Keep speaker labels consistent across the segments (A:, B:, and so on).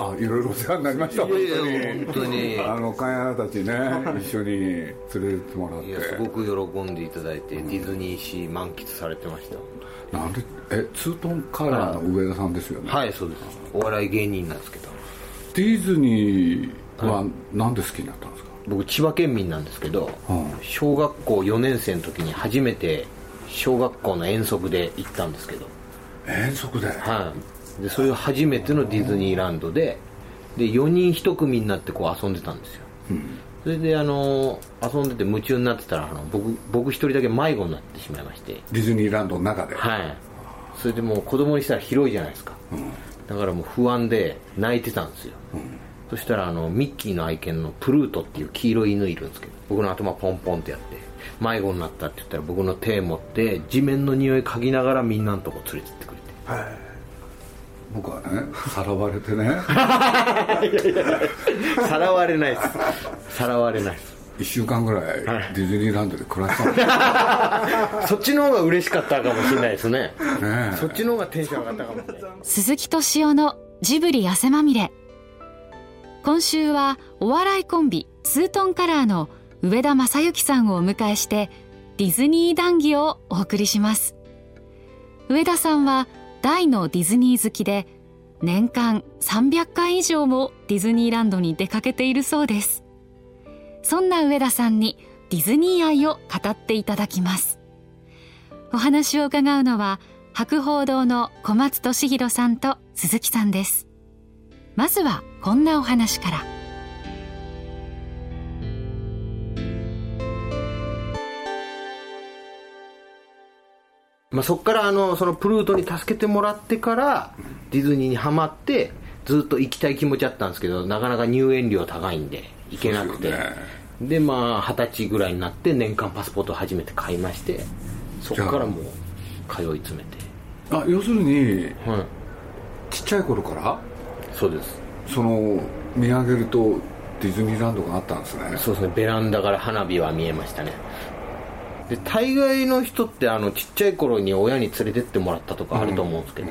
A: あいろいろお世話になりました
B: いやいや本当に
A: あの会員たちね一緒に連れてってもらっ
B: いやす
A: て
B: ごく喜んでいただいて、ディズニーシー満喫されてました
A: なんでえツートンカラーの上田さんですよね
B: はいそうですお笑い芸人なんですけど
A: ディズニーはなんで好きになったんですか
B: 僕千葉県民なんですけど、
A: うん
B: 小学校4年生の時に初めて小学校の遠足で行ったんですけど
A: 遠足で
B: はいでそれが初めてのディズニーランドでで4人1組になってこう遊んでたんですよ、それであの遊んでて夢中になってたらあの僕僕1人だけ迷子になってしまいまして
A: ディズニーランドの中で
B: はいそれでもう子供にしたら広いじゃないですか、だからもう不安で泣いてたんですよ、そしたらあのミッキーの愛犬のプルートっていう黄色い犬いるんですけど僕の頭ポンポンってやって迷子になったって言ったら僕の手持って地面の匂い嗅ぎながらみんなのとこ連れてってくれて
A: 僕はねさらわれてね
B: さらわれないですさらわれないです
A: 1週間ぐらいディズニーランドで暮らしたんです
B: そっちの方が嬉しかったかもしれないですね
A: ね
B: そっちの方がテンション上がったかもしれない
C: 鈴木敏夫のジブリ汗まみれ今週はお笑いコンビツートンカラーの上田正幸さんをお迎えしてディズニー談義をお送りします上田さんは大のディズニー好きで年間300回以上もディズニーランドに出かけているそうですそんな上田さんにディズニー愛を語っていただきますお話を伺うのは博報堂の小松俊弘さんと鈴木さんですまずはこんなお話から
B: まあ、そこからあのそのプルートに助けてもらってからディズニーにはまってずっと行きたい気持ちあったんですけどなかなか入園料高いんで行けなくて
A: そうですよ
B: で,、まあ二十歳ぐらいになって年間パスポートを初めて買いましてそこからもう通い詰めて
A: あ要するに
B: はい
A: ちっちゃい頃から
B: そうです
A: その見上げるとディズニーランドがあったんです ね
B: そうですねベランダから花火は見えましたねで大概の人ってあのちっちゃい頃に親に連れてってもらったとかあると思うんですけど、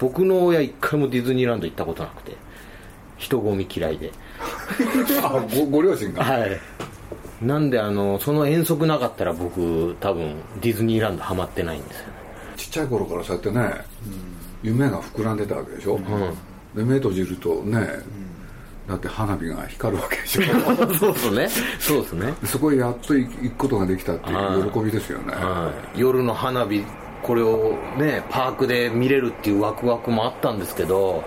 B: 僕の親一回もディズニーランド行ったことなくて人混み嫌いで
A: あごご両親が
B: はいなんであのその遠足なかったら僕多分ディズニーランドハマってないんですよね
A: ちっちゃい頃からそうやってね夢が膨らんでたわけでしょ、で目閉じるとね、だって花火が光るわけでしょ
B: そうですねそうですね、
A: そこへやっと行行くことができたっていう喜びですよね、
B: はい、夜の花火これをねパークで見れるっていうワクワクもあったんですけど、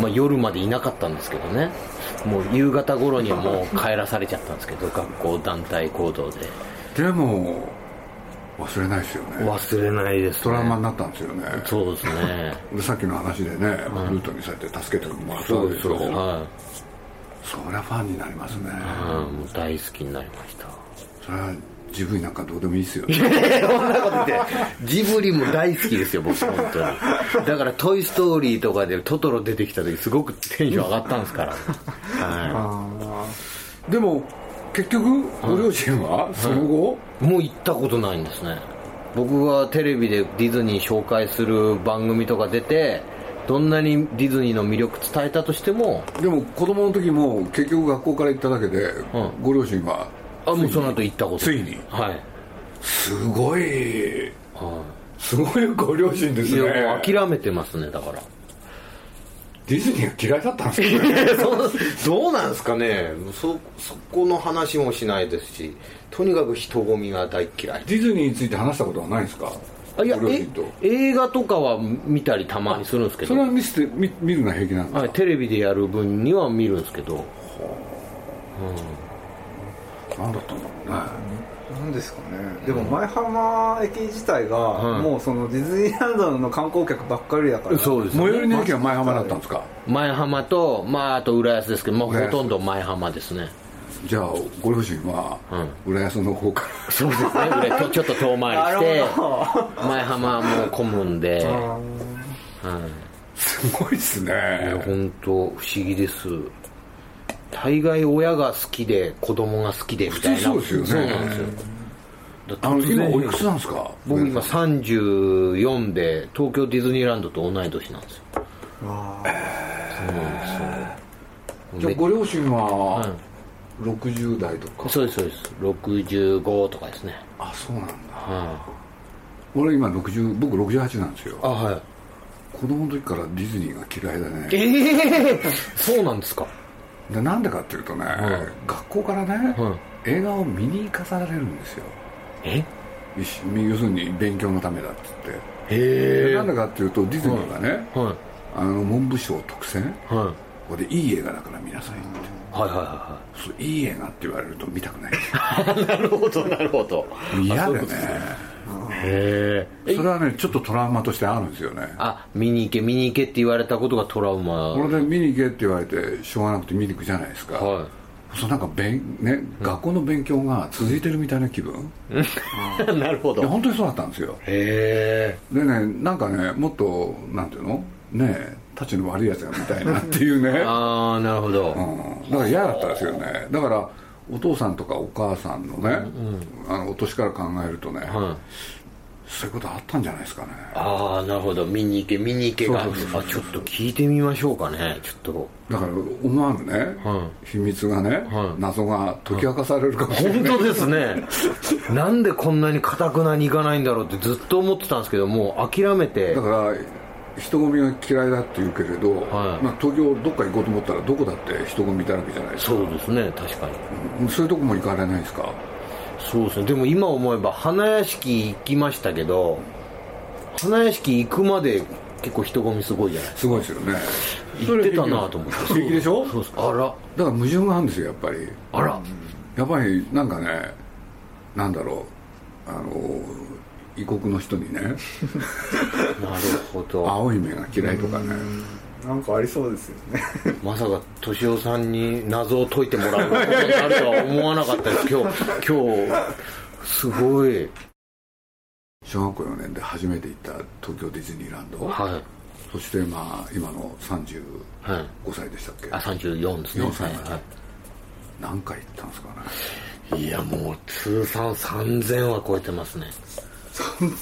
B: まあ、夜までいなかったんですけどねもう夕方頃にはもう 帰らされちゃったんですけど学校団体行動で
A: でも忘れないですよね
B: 忘れないですね
A: トラウマになったんですよね
B: そうですね
A: でさっきの話でね、ルートにそうやって助けてもらったわけでしょ
B: は
A: そりゃファンになりますね、
B: い、うん、もう大好きになりました
A: それはジブリなんかどうでもいいですよね
B: そんなこと言って ジブリも大好きですよ僕本当 にだから「トイ・ストーリー」とかでトトロ出てきた時すごくテンション上がったんです から、は
A: でも結局ご両親はその後、
B: い、もう行ったことないんですね僕がテレビでディズニー紹介する番組とか出てどんなにディズニーの魅力伝えたとしても
A: でも子供の時も結局学校から行っただけで、
B: ん
A: ご両親は
B: あもうその後行ったこと
A: ついに
B: はい
A: すごいすごいご両親です
B: い
A: ね
B: やもう諦めてますねだから
A: ディズニーが嫌いだったんですよね
B: そう どうなんですかねそそこの話もしないですしとにかく人混みが大嫌い
A: ディズニーについて話したことはないんですか
B: あいや
A: ご両親と
B: え映画とかは見たりたまにするんですけ
A: そ
B: ど
A: れは見せて見見るのは平気なんですか、
B: はい、テレビでやる分には見るんですけど
A: 何だったんだろうね、
D: なんですかねでも舞浜駅自体が、もうそのディズニーランドの観光客ばっかりだから
B: そうです
A: 最寄りの駅は前浜だったんですか
B: 前浜と、まあ、あと浦安ですけど、まあ、
A: 浦安
B: ほとんど前浜ですね
A: じゃあご両親は浦安の方から、
B: そうですね 浦安ちょっと遠回りして前浜もう混むんで
A: すごいっすね
B: 本当不思議です大概親が好きで子供が好きでみたいな
A: 普通そうですよね
B: そうなんですよだって
A: あの
B: 突
A: 今
B: 然
A: おいくつなんですか
B: 僕今34で東京ディズニーランドと同い年なんですよそうなんですよ
A: じゃあご両親は60代とか、
B: そうですそうです65とかですね
A: あそうなんだ
B: は
A: 俺今60僕68なんですよ
B: あはい
A: 子供の時からディズニーが嫌いだね
B: ええそうなんですか
A: でなんでかっていうとね、
B: う
A: 学校からね、
B: うん
A: 映画を見に行かされるんですよ
B: え
A: 一緒要するに勉強のためだっつって、
B: へ
A: で
B: え
A: なんでかっていうとディズニーがね、
B: は
A: あの文部省特選
B: いはい
A: これでいい映画だから見なさいって
B: はいはいは
A: そういい映画って言われると見たく ない
B: いはいなるほどなるほど
A: 嫌だ
B: あそういう
A: ね
B: ことですへえ
A: それはねちょっとトラウマとしてあるんですよね
B: あ見に行け見に行けって言われたことがトラウマ
A: これで見に行けって言われてしょうがなくて見に行くじゃないですか、
B: は
A: そうなんか勉、ね、学校の勉強が続いてるみたいな気分、
B: い なるほ
A: いや
B: どへ
A: 本当にそうだったんですよ
B: え
A: でねなんかねもっとなんていうのねえたちの悪いやつが見たいなっていうね、
B: ああなるほど
A: うん、だから嫌だったんですよねだからお父さんとかお母さんのね、あのお年から考えるとね、
B: はい
A: そういうことあったんじゃないですかね
B: ああなるほど見に行け見に行けがあ
A: そうそうそう
B: ちょっと聞いてみましょうかねちょっと
A: だから思わぬね、
B: はい
A: 秘密がね、
B: はい
A: 謎が解き明かされるかもしれない、
B: 本当です ねなんでこんなにかたくなに行かないんだろうってずっと思ってたんですけどもう諦めて
A: だから人混みが嫌いだって言うけれど、
B: はい
A: まあ、東京どっか行こうと思ったらどこだって人混みだらけじゃないですか
B: そうですね確かに
A: うんそういうとこも行かれないですか
B: そうですねでも今思えば花屋敷行きましたけど花屋敷行くまで結構人混みすごいじゃない
A: すごいですよね
B: 行ってたなと思って
A: それ平気でしょ
B: そうですあら
A: だから矛盾があるんですよやっぱり
B: あら
A: やっぱりなんかねなんだろうあの異国の人にね
B: なるほど
A: 青い目が嫌いとかね
D: なんかありそうですよね
B: まさか敏夫さんに謎を解いてもらうことになるとは思わなかったです今日今日すごい
A: 小学校4年で初めて行った東京ディズニーランド、
B: は
A: そしてまあ今の35
B: いはい
A: 歳でしたっけ、
B: あ34ですね
A: 4歳まで
B: はい
A: 何回行ったんですかね
B: はい、いやもう通算3000は超えてますね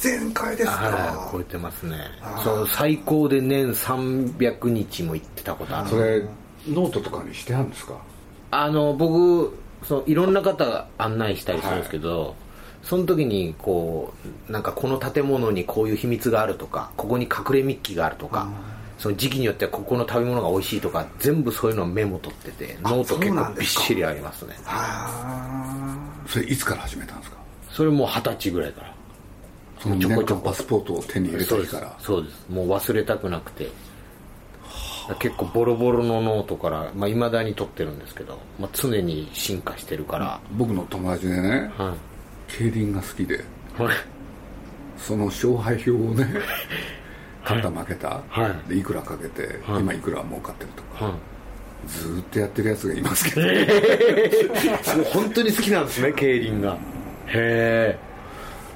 D: 全開です
B: はい
D: か
B: 超えてますねそう最高で年300日も行ってたことある
A: それノートとかにしてあるんですか
B: あの僕そういろんな方が案内したりするんですけど、その時にこうなんかこの建物にこういう秘密があるとかここに隠れミッキーがあるとか、その時期によってはここの食べ物が美味しいとか全部そういうのをメモ取っててノート結
D: そうな
B: 構
D: ん
B: び
D: で
B: っ
D: すか
B: しりありますね
D: あ
A: それいつから始めたんですか
B: それもう二十歳ぐらいから
A: その2年間パスポートを手に入れた
B: そう
A: 日
B: です
A: から
B: そうですもう忘れたくなくて結構ボロボロのノートからいまあ、未だに取ってるんですけど、まあ、常に進化してるから、
A: 僕の友達でね
B: はい
A: 競輪が好きで
B: はい
A: その勝敗表をね勝った負けた、
B: はい
A: でいくらかけて、
B: はい
A: 今いくら儲かってるとか、
B: はい
A: ずーっとやってるやつがいますけど、
B: もう本当に好きなんですね競輪がへ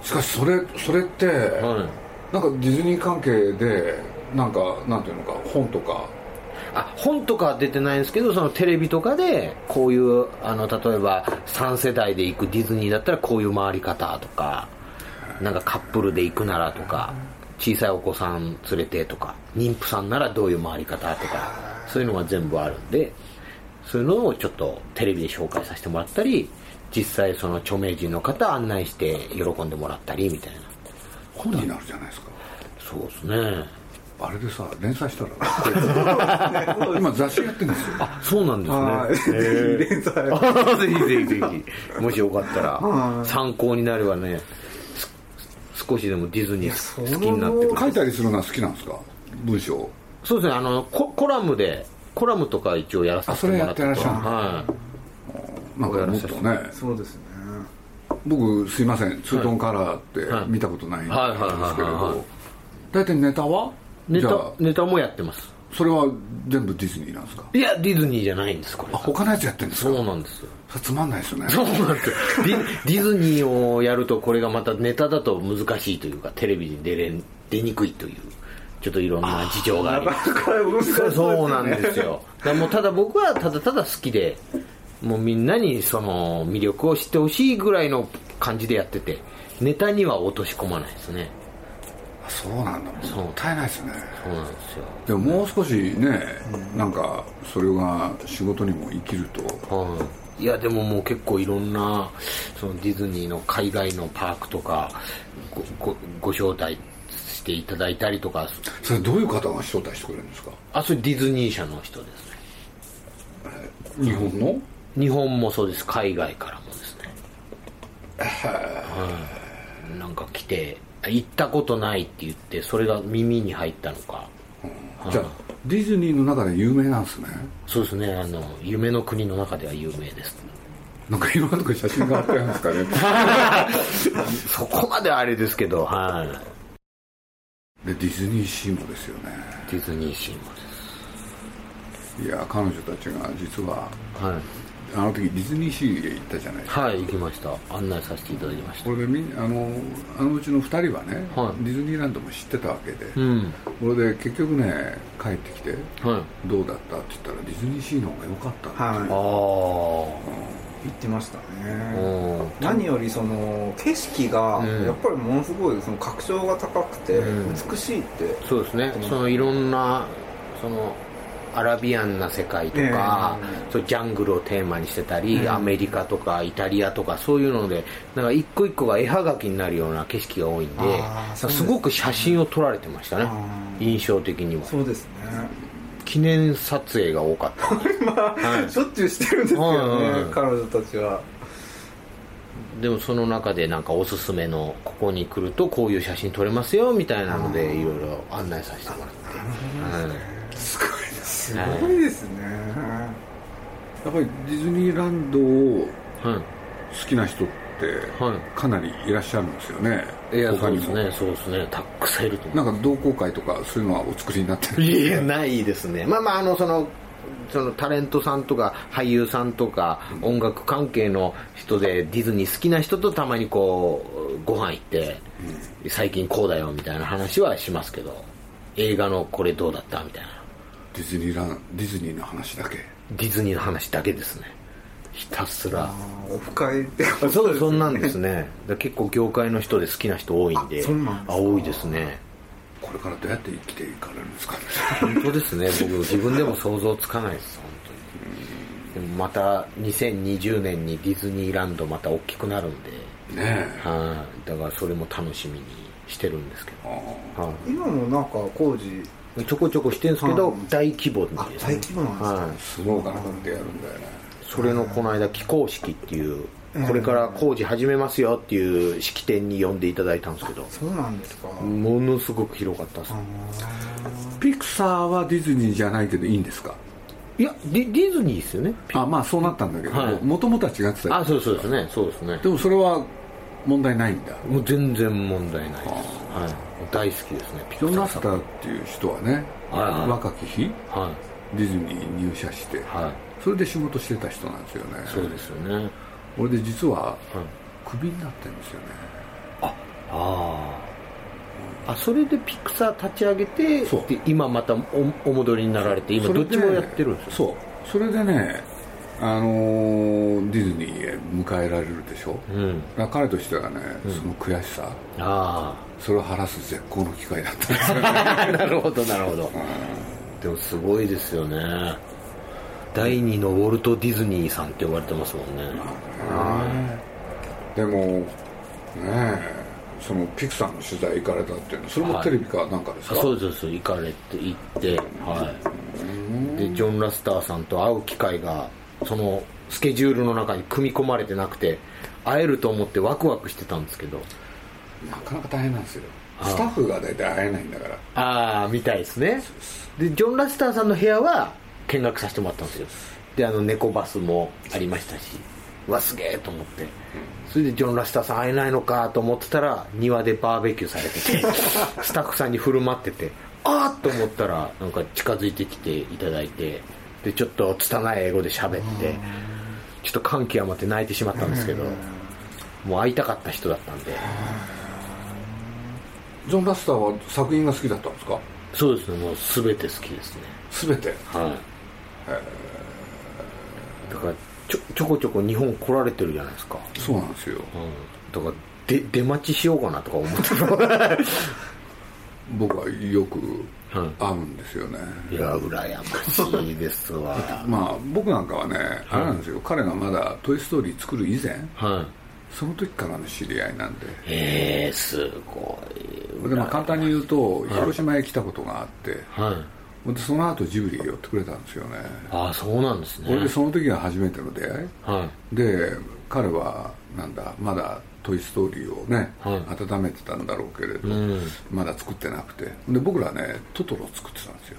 A: しかしそれそれって、
B: えはい
A: なんかディズニー関係でなんかなんていうのか本とか
B: あ本とかは出てないんですけどそのテレビとかでこういうあの例えば3世代で行くディズニーだったらこういう回り方とかなんかカップルで行くならとか小さいお子さん連れてとか妊婦さんならどういう回り方とかそういうのが全部あるんでそういうのをちょっとテレビで紹介させてもらったり実際その著名人の方案内して喜んでもらったりみたいな
A: 本になるじゃないですか
B: そうですね
A: あれでさ連載したら 今雑誌やってるんですよ
B: そうなんですね、
D: ー連載
B: あー ぜひぜひぜひもしよかっ たら参考になればねす少しでもディズニー好きになってく
A: 書い
B: る
A: たりするのは好きなんですか文章
B: そうですねあのココラムでコラムとか一応やらさせてもらっ
A: あそ
B: て
A: れやって
B: はい
A: なんかもっとね
D: そうですね
A: 僕すいませんツートンカラーって見たことないん
B: はいはい
A: ですけれ
B: はいはいはい
A: ど大体ネタは
B: ネ
A: じゃ
B: タ
A: あ
B: ネタもやってます
A: それは全部ディズニーなんですか
B: いやディズニーじゃないんですこれ
A: あ他のやつやってるんですか
B: そうなんですよ
A: それつまんないですよね
B: そうなんですよディディズニーをやるとこれがまたネタだと難しいというかテレビに出れん出にくいというちょっといろんな事情があります
D: これ難しい
B: そうそうなんですよだからもうただ僕はただただ好きでもうみんなにその魅力を知ってほしいぐらいの感じでやっててネタには落とし込まないですね
A: そうなんだ
B: そう
A: もったいないですね
B: そうなんですよ
A: でももう少しね、なんかそれが仕事にも生きると
B: はい、いやでももう結構いろんなそのディズニーの海外のパークとかごごご招待していただいたりとか
A: それどういう方が招待してくれるんですか
B: あそれディズニー社の人ですね
A: 日本の
B: 日本もそうです海外からもですねはいなんか来て行ったことないって言ってそれが耳に入ったのか
A: じゃあディズニーの中で有名なんですね
B: そうですねあの夢の国の中では有名です
A: なんかいろんなとこに写真があってるんですかね
B: そこまではあれですけどはい
A: でディズニーシーもですよね
B: ディズニーシーもです
A: いや彼女たちが実は
B: はい
A: あの時ディズニーシーへ行ったじゃないですか
B: はい行きました案内させていただきまし
A: これ
B: た
A: でみんあのあのうちの2人はね、
B: はい
A: ディズニーランドも知ってたわけで、
B: うん
A: これで結局ね帰ってきて
B: はい
A: どうだったって言ったらディズニーシーの方が良かったっていう、
D: はい
B: ああ
D: 行ってました
B: う
D: ね
B: ん
D: 何よりその景色が
B: うん
D: やっぱりものすごいその格調が高くて
B: うん
D: 美しいって、
B: そうですねそのいろんなそのアラビアンな世界とか、
D: え
B: そうジャングルをテーマにしてたり、
D: うん
B: アメリカとかイタリアとかそういうのでなんか一個一個が絵はがきになるような景色が多いんで
D: あーそうです
B: すごく写真を撮られてましたね
D: あー
B: 印象的には
D: そうですね、
B: 記念撮影が多かっ たい
D: しょっちゅうしてるんですけどね、
B: はいはいはい
D: 彼女たちは
B: でもその中でなんかおすすめのここに来るとこういう写真撮れますよみたいなのでいろいろ案内させてもらって、
D: すごいです
B: はい
D: ごいですね、
A: やっぱりディズニーランドを
B: うんは
A: 好きな人って
B: は
A: かなりいらっしゃるんですよね、
B: い、いや
A: 他
B: そう
A: に
B: です
A: も、
B: ねそうですねたっくさんいると思
A: なんか同好会とかそういうのはお作りになって
B: う
A: る
B: いやないですねまあまああのそのそのタレントさんとか俳優さんとか音楽関係の人でディズニー好きな人とたまにこうご飯行って最近こうだよみたいな話はしますけど映画のこれどうだったみたいな
A: ディズニーランディズニーの話だけ
B: ディズニーの話だけですねひたすら
D: あーオフ会ってことです
B: そうですそんなんですねだ結構業界の人で好きな人多いんで
D: あそうなんで
B: あ
D: すか
B: 多いですね
A: これからどうやって生きていかれるんですかね
B: 本当ですね僕自分でも想像つかないです本当にでもまた2020年にディズニーランドまた大きくなるんで
A: ねえ
B: はいだからそれも楽しみにしてるんですけ
A: あ
B: どは
D: 今もなんか工事
B: いちょこちょこしてるんですけど
D: うん
B: 大規模に
D: あ
B: です
D: 大
B: ね
D: 規模なんですか、
B: はい
A: あスノーかなんかってやるんだよね
B: それのこの間起工式っていうこれから工事始めますよっていう式典に呼んでいただいたんですけど
D: そうなんですか、
B: ものすごく広かったです
A: ピクサーはディズニーじゃないけどいいんですか
B: いやディディズニーですよね
A: あまあそうなったんだけど
B: はい
A: もともとは違ってた
B: あそうそうですねそうですね
A: でもそれは問題ないんだ
B: もう全然問題ないです、はい、大好きですねピ
A: ジョン・ラ
B: さ
A: ス
B: ん
A: ターっていう人はね
B: はいはい
A: 若き日
B: は
A: ディズニーに入社して
B: いはい
A: それで仕事してた人なんですよね
B: そうですよね
A: 俺で実は
B: はい
A: クビになってるんですよね
B: あああそれでピクサー立ち上げて
A: そう
B: で今またおお戻りになられて今
A: それ
B: ど
A: で
B: っちもやってるんですよ
A: そうそれでねあのーディズニーへ迎えられるでしょ
B: うん
A: だから彼としてはねその悔しさ
B: あ
A: それを晴らす絶好の機会だったん ですよ
B: あなるほどなるほどでもすごいですよね第二のウォルト・ディズニーさんって呼ばれてますもんね
A: でもねえそのピクサーの取材行かれたっていうのそれもテレビかなんかです
B: あ
A: か、
B: そうですそうです行かれて行ってはいでジョン・ラスターさんと会う機会がそのスケジュールの中に組み込まれてなくて会えると思ってワクワクしてたんですけど
A: なかなか大変なんですよスタッフが大体会えないんだから
B: ああみたいですねでジョン・ラスターさんの部屋は見学させてもらったんですよであの猫バスもありましたしうわすげえと思ってそれでジョン・ラスターさん会えないのかと思ってたら庭でバーベキューされててスタッフさんに振る舞っててああと思ったらなんか近づいてきていただいてでちょっと拙い英語で喋ってちょっと感極まって泣いてしまったんですけどもう会いたかった人だったんで
A: ジョン・ラスターは作品が好きだったんですか
B: そうですねもう全て好きですね
A: 全て
B: はい。だからちょ、ちょこちょこ日本来られてるじゃないですか。
A: そうなんですよ
B: うん。だから、で、出待ちしようかなとか思ってた。
A: 僕はよく
B: うん
A: 会うんですよね、
B: いや羨ましいですわ
A: まあ僕なんかはねあれなんですよ、彼がまだ「トイ・ストーリー」作る以前
B: はい
A: その時からの知り合いなんで
B: えー、すごい
A: で、まあ、簡単に言うと広島へ来たことがあって、
B: はい
A: でその後ジブリへ寄ってくれたんですよね
B: ああそうなんですね
A: これでその時が初めての出会い
B: はい
A: で彼はなんだまだ「トイ・ストーリー」をね、
B: はい
A: 温めてたんだろうけれど、
B: ん
A: まだ作ってなくてで僕らねトトロ作ってたんですよ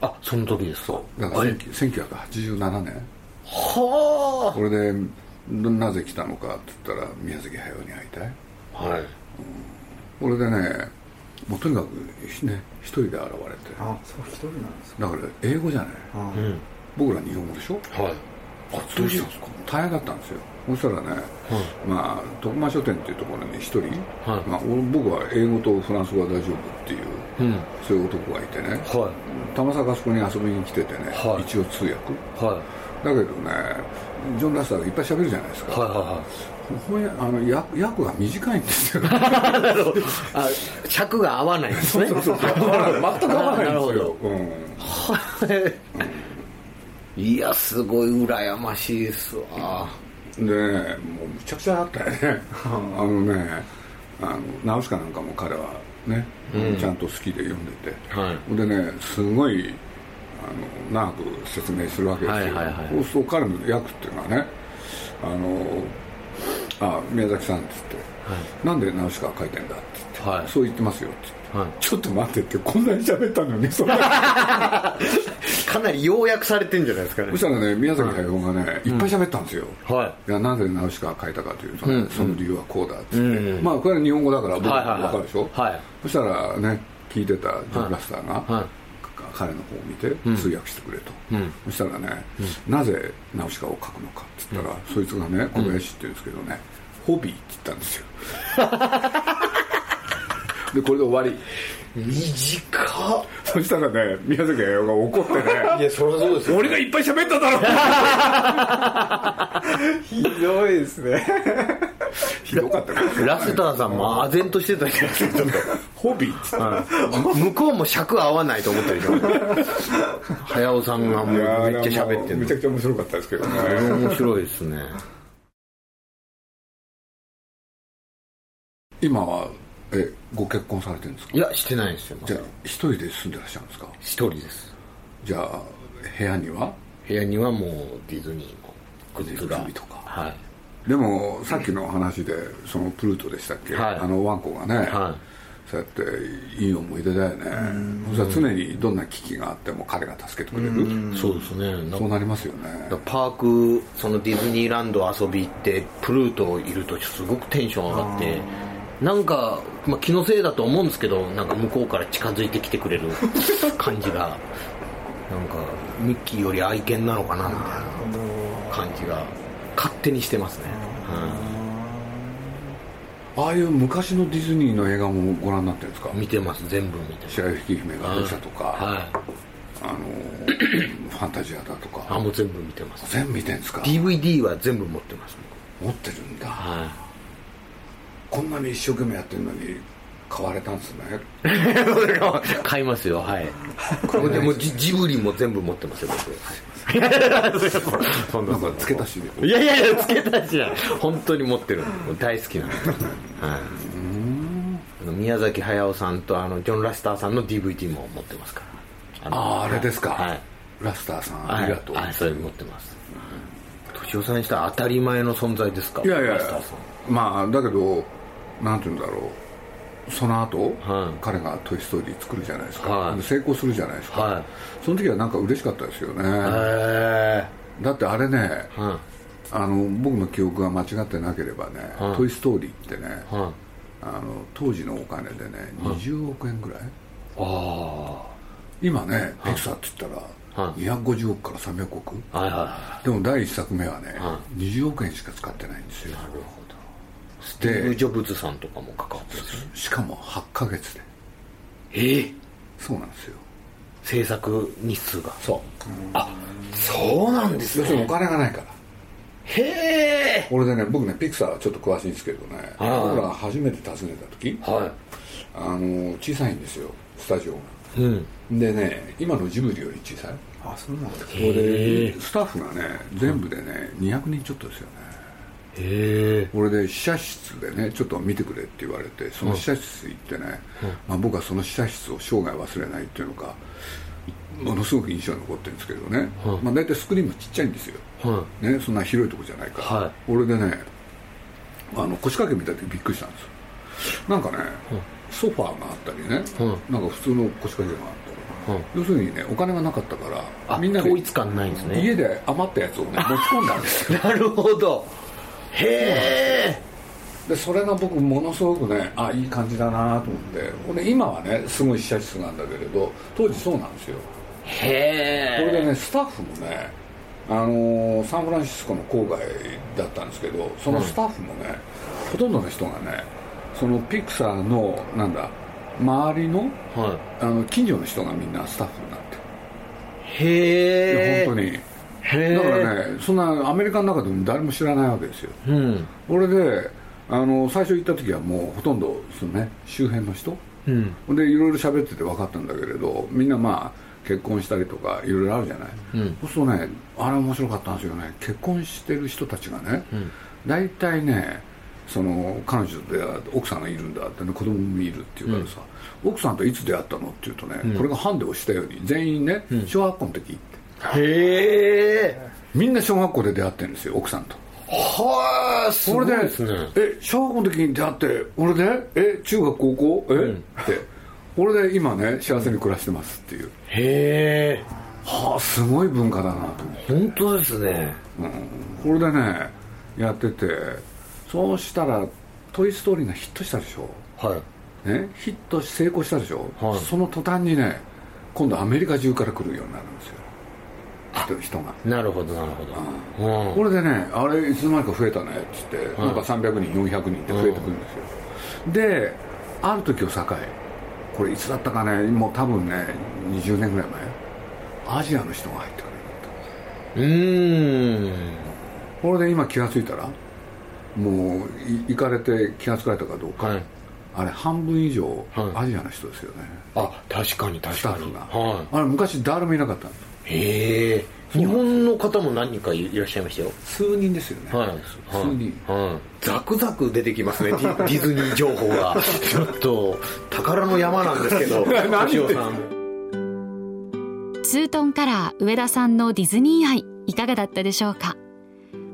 B: あその時ですか
A: だから
B: え
A: 1987年
B: は
A: これでなぜ来たのかって言ったら宮崎駿に会いたい
B: あはい
A: これでねもうとにかくね一人で現れて
D: あそう一人なんですか
A: だから英語じゃない
D: あ
B: う
D: ー
B: ん
A: 僕ら日本語でしょ
B: はい
A: あどうしたんですか大変だったんですよそしたらね、まあ徳間書店っていうところに一人、
B: はい
A: まあ、俺僕は英語とフランス語は大丈夫っていう、
B: うん
A: そういう男がいてね
B: は
A: たまさかそこに遊びに来ててね、
B: はい
A: 一応通訳
B: いはい
A: だけどねジョン・ラスターがいっぱい喋るじゃないですか、
B: はいはいはい
A: 翻訳あの訳訳が短いん ですよ
B: あ尺が合わないんですね
A: 全く合わないん
B: なる
A: で
B: ほ
A: すよ
B: ど、
A: うん、
B: いやすごい羨ましいですわ
A: でねもうむちゃくちゃだったよねあのねあのナウシカなんかも彼はね、ちゃんと好きで読んでて、
B: は
A: でねすごいあの長く説明するわけですよ、
B: はいはいはい
A: そうすると彼の役っていうのはねあのあ宮崎さんっつって、なんでナウシカが書いてんだっつって、
B: はい
A: そう言ってますよっつって、
B: はい
A: ちょっと待ってってこんなに喋ったのにそんな
B: かなり要約されてんじゃないですかね
A: そしたらね宮崎駿がね、い、っぱい喋ったんですよ、
B: はい
A: やなぜナウシカが書いたかというとね、その理由はこうだっつって、
B: うん
A: まあこれは日本語だから僕
B: はいはいはい
A: わかるでしょ、
B: はい
A: そしたらね聞いてたジョン・ラスターが、
B: はい
A: か彼の方を見て通訳してくれと、
B: ん
A: そしたらね、なぜナウシカを書くのかっつったら、そいつがね小林って言うんですけどね、ホビーって言ったんですよ でこれで終わり
B: 短っ
A: そしたらね宮崎駿が怒ってね
B: いやそりゃそうです
A: 俺がいっぱい喋っただろう
D: ひどいですね
A: ひどかったから
B: ラスターさんも唖然としてたじゃないですかちょっ
A: ホビーっつって
B: と向こうも尺合わないと思ったりとか早尾さんがもう
A: いやー
B: めっちゃ喋
A: も
B: って
A: う
B: る
A: めちゃくちゃ面白かったですけどね
B: の面白いですね
A: 今はえご結婚されてるんですか
B: いやしてないですよまだ
A: じゃあ一人で住んでらっしゃるんですか
B: 一人です
A: じゃあ部屋には
B: 部屋にはもうディズニーのグッズが
A: ディズニーとか
B: はい
A: でもさっきの話でそのプルートでしたっけ、
B: はい
A: あのワンコがね、
B: は
A: そうやっていい思い出だよねそしたら常にどんな危機があっても彼が助けてくれる
B: いそうですねなんか
A: そうなりますよね
B: パークそのディズニーランド遊び行ってプルートいるとすごくテンション上がってなんか、まあ、気のせいだと思うんですけどなんか向こうから近づいてきてくれる感じ がなんかミッキーより愛犬なのかなみたいな感じが勝手にしてますね、
A: ああいう昔のディズニーの映画もご覧になってるんですか
B: うん見てます全部見てます
A: 白雪姫がどうしたとか、
B: はい
A: あのファンタジアだと
B: あ
A: か
B: もう全部見てます
A: 全部見てるんですか
B: DVD は全部持ってます
A: 持ってるんだ、
B: 僕はい
A: こんなに一生懸命やってるのに買われたんですね
B: 買い ますよはいこれでもうジジブリも全部持ってますよ僕そん
A: なんか
B: な
A: 付け足しで
B: いやいやいやつけたじゃん本当に持ってるもう大好きなんで、はい、あの宮崎駿さんとあのジョン・ラスターさんの DVD も持ってますからの
A: あああれですか、
B: はい
A: ラスターさん
B: はい
A: ありがとう、
B: はいそれ持ってます敏夫さんにしたら当たり前の存在ですか
A: い、やいや
B: ラスターさん
A: まあだけどなんて言うんだろうその後、
B: はい
A: 彼が「トイ・ストーリー」作るじゃないですか、
B: はい
A: で成功するじゃないですか、
B: はい
A: その時はなんか嬉しかったですよね、
B: へ
A: だってあれね
B: えはい
A: あの僕の記憶が間違ってなければね「
B: はい
A: トイ・ストーリー」ってね、
B: はい
A: あの当時のお金でね20億円ぐらい、
B: あ
A: 今ねピクサーって言ったら
B: はい
A: 250億から300億、
B: あはいはいは
A: でも第1作目はね、
B: は
A: 20億円しか使ってないんですよ
B: いなるほどスティーブ・
A: で
B: ジョブズさんとかも関わってるんですよね
A: しかも8ヶ月で
B: ええ
A: そうなんですよ
B: 制作日数が
A: そう
B: そうなんです
A: 要するにお金がないから
B: へえ
A: 俺でね僕ねピクサーはちょっと詳しいんですけどね
B: はい
A: 僕らが初めて訪ねた時
B: は
A: あの小さいんですよスタジオが
B: うん
A: でね今のジブリより小さい
D: あそうなんですか
A: それでスタッフがね全部でね200人ちょっとですよね
B: へえ
A: これで試写室でねちょっと見てくれって言われてその試写室行ってね、まあ、僕はその試写室を生涯忘れないっていうのかものすごく印象に残ってるんですけどね、まあ、大体スクリーンもちっちゃいんですよ、
B: は
A: ね、そんな広いとこじゃないから、
B: は
A: 俺でねあの腰掛け見た時びっくりしたんですよなんかね、ソファーがあったりね、なんか普通の腰掛けがあったり、要するにねお金がなかったから
B: あ
A: みんなで
B: 統一感ないんですね
A: 家で余ったやつをね持ち込んだんですよ
B: いなるほどへえ
A: でそれが僕ものすごくねあいい感じだなと思ってほんで今はねすごい試写室なんだけれど当時そうなんですよ
B: へ
A: それで
B: え
A: ねスタッフもね、あのーサンフランシスコの郊外だったんですけどそのスタッフもね、ほとんどの人がねそのピクサーのなんだ周りの
B: は
A: あの近所の人がみんなスタッフになって
B: いへえ
A: 本当に
B: へえ
A: だからねそんなアメリカの中でも誰も知らないわけですよ
B: うん
A: これであの最初行った時はもうほとんどその、ね、周辺の人
B: うん
A: でいろいろ喋ってて分かったんだけれどみんなまあ結婚したりとかいろいろあるじゃない、
B: ん
A: そうするとねあれ面白かったんですよね結婚してる人たちがね、大体ねその彼女で奥さんがいるんだって、ね、子供もいるっていうからさ、奥さんといつ出会ったのっていうとね、これがハンデをしたように全員ね小学校の時、
B: へえ
A: みんな小学校で出会ってるんですよ奥さんと。
B: はあす
A: そ
B: ご
A: れで
B: いですね
A: え小学校の時に出会って俺でえ中学高校え、って俺で今ね幸せに暮らしてますっていう、
B: へえ
A: はあすごい文化だなと思って
B: 本当ですね
A: これでねやっててそうしたら「トイ・ストーリー」がヒットしたでしょ、
B: はい
A: ね、ヒットし成功したでしょ、
B: はい
A: その途端にね今度アメリカ中から来るようになるんですよ人人が
B: なるほどなるほどうん
A: これでねあれいつの間にか増えたねっつって、なんか300人400人って増えてくるんですよ、である時を境これいつだったかねもう多分ね20年ぐらい前アジアの人が入ってくるようになっ
B: うーん
A: たこれで今気が付いたらもうい行かれて気が付かれたかどうか、
B: はい
A: あれ半分以上、
B: はい
A: アジアの人ですよね
B: あ確かに確
A: スタ
B: か
A: ッフ
B: に
A: が、
B: は
A: あれ昔誰もいなかったんで
B: いへえ日本の方も何人かいらっしゃいましたよ
A: す数人ですよね、
B: はい、
A: 数人、
B: はい、ザクザク出てきますねディ ディズニー情報が ちょっと宝の山なんですけ ど
A: 何言ってん
B: さん
C: ツートンカラー上田さんのディズニー愛いかがだったでしょうか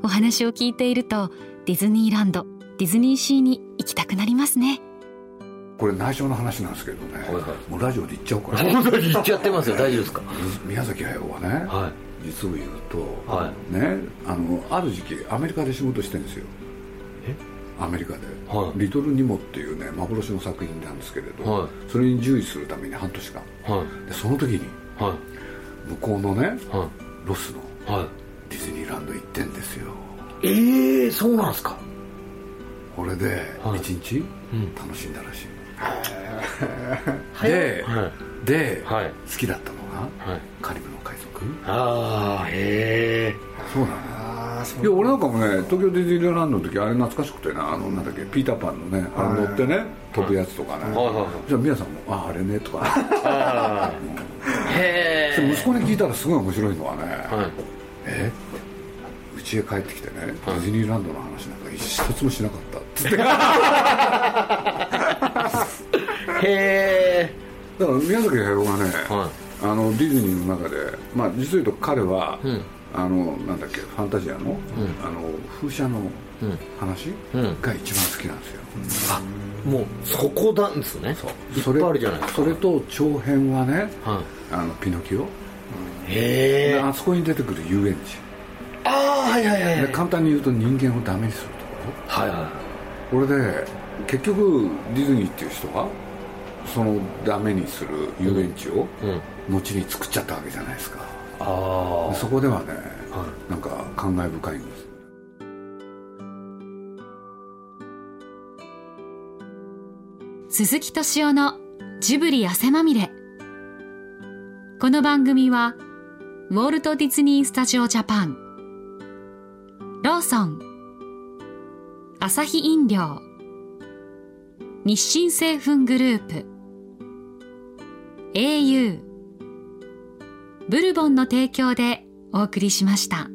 C: お話を聞いているとディズニーランドディズニーシーに行きたくなりますね
A: これ内緒の話なんですけどね、
B: はいはい
A: もうラジオで言っちゃおうかな
B: 本当に言っちゃってますよ大丈夫ですか
A: 宮崎駿はね、
B: は
A: 実を言うと、
B: は
A: ね、あのある時期アメリカで仕事してるんですよアメリカで「
B: はい
A: リトル・ニモ」っていうね幻の作品なんですけれど、
B: はい
A: それに従事するために半年間
B: いは
A: でその時に
B: いは
A: 向こうのね
B: いは
A: ロスの
B: いは
A: ディズニーランド行ってんですよ
B: いええそうなんですか
A: これで
B: はい
A: 一日
B: うん
A: 楽しんだらしい、で、
B: は
A: で、
B: はい
A: 好きだったのが、
B: はい
A: カリブの海賊
B: ああへえ
A: そうなの
D: ああそ
A: いや俺なんかもね東京ディズニーランドの時あれ懐かしくてなあのなんだっけピーターパンのねあれ乗ってね飛ぶやつとかね、
B: はいはいはい
A: じゃあ皆さんも「ああれね」とか
B: へ
A: で息子に聞いたらすごい面白いのはね、
B: はい
A: えうちへ帰ってきてね、ディズニーランドの話なんか一つもしなかったっつってだか
B: へえ
A: ら宮崎駿がね、
B: は
A: あのディズニーの中でまあ実を言うと彼は、あのなんだっけファンタジアの,、あの風車の話、
B: うん
A: が一番好きなんですよ、
B: あもうそこなんですねいっ
A: そ
B: ぱ
A: れ
B: いあるじゃないですか
A: それと長編はね、
B: は
A: あのピノキオ、
B: いへえ
A: あそこに出てくる遊園地、
B: ああはいはいはいはい
A: で簡単に言うと人間をダメにすると
B: はいは
A: ころこれで結局ディズニーっていう人がそのダメにする遊園地を
B: いうん
A: 後に作っちゃったわけじゃないですか、
B: あ
A: でそこではね、
B: は
A: なんか感慨深いんです
C: 鈴木敏夫のジブリ汗まみれこの番組はウォルト・ディズニー・スタジオ・ジャパンローソンアサヒ飲料日清製粉グループ au ブルボンの提供でお送りしました。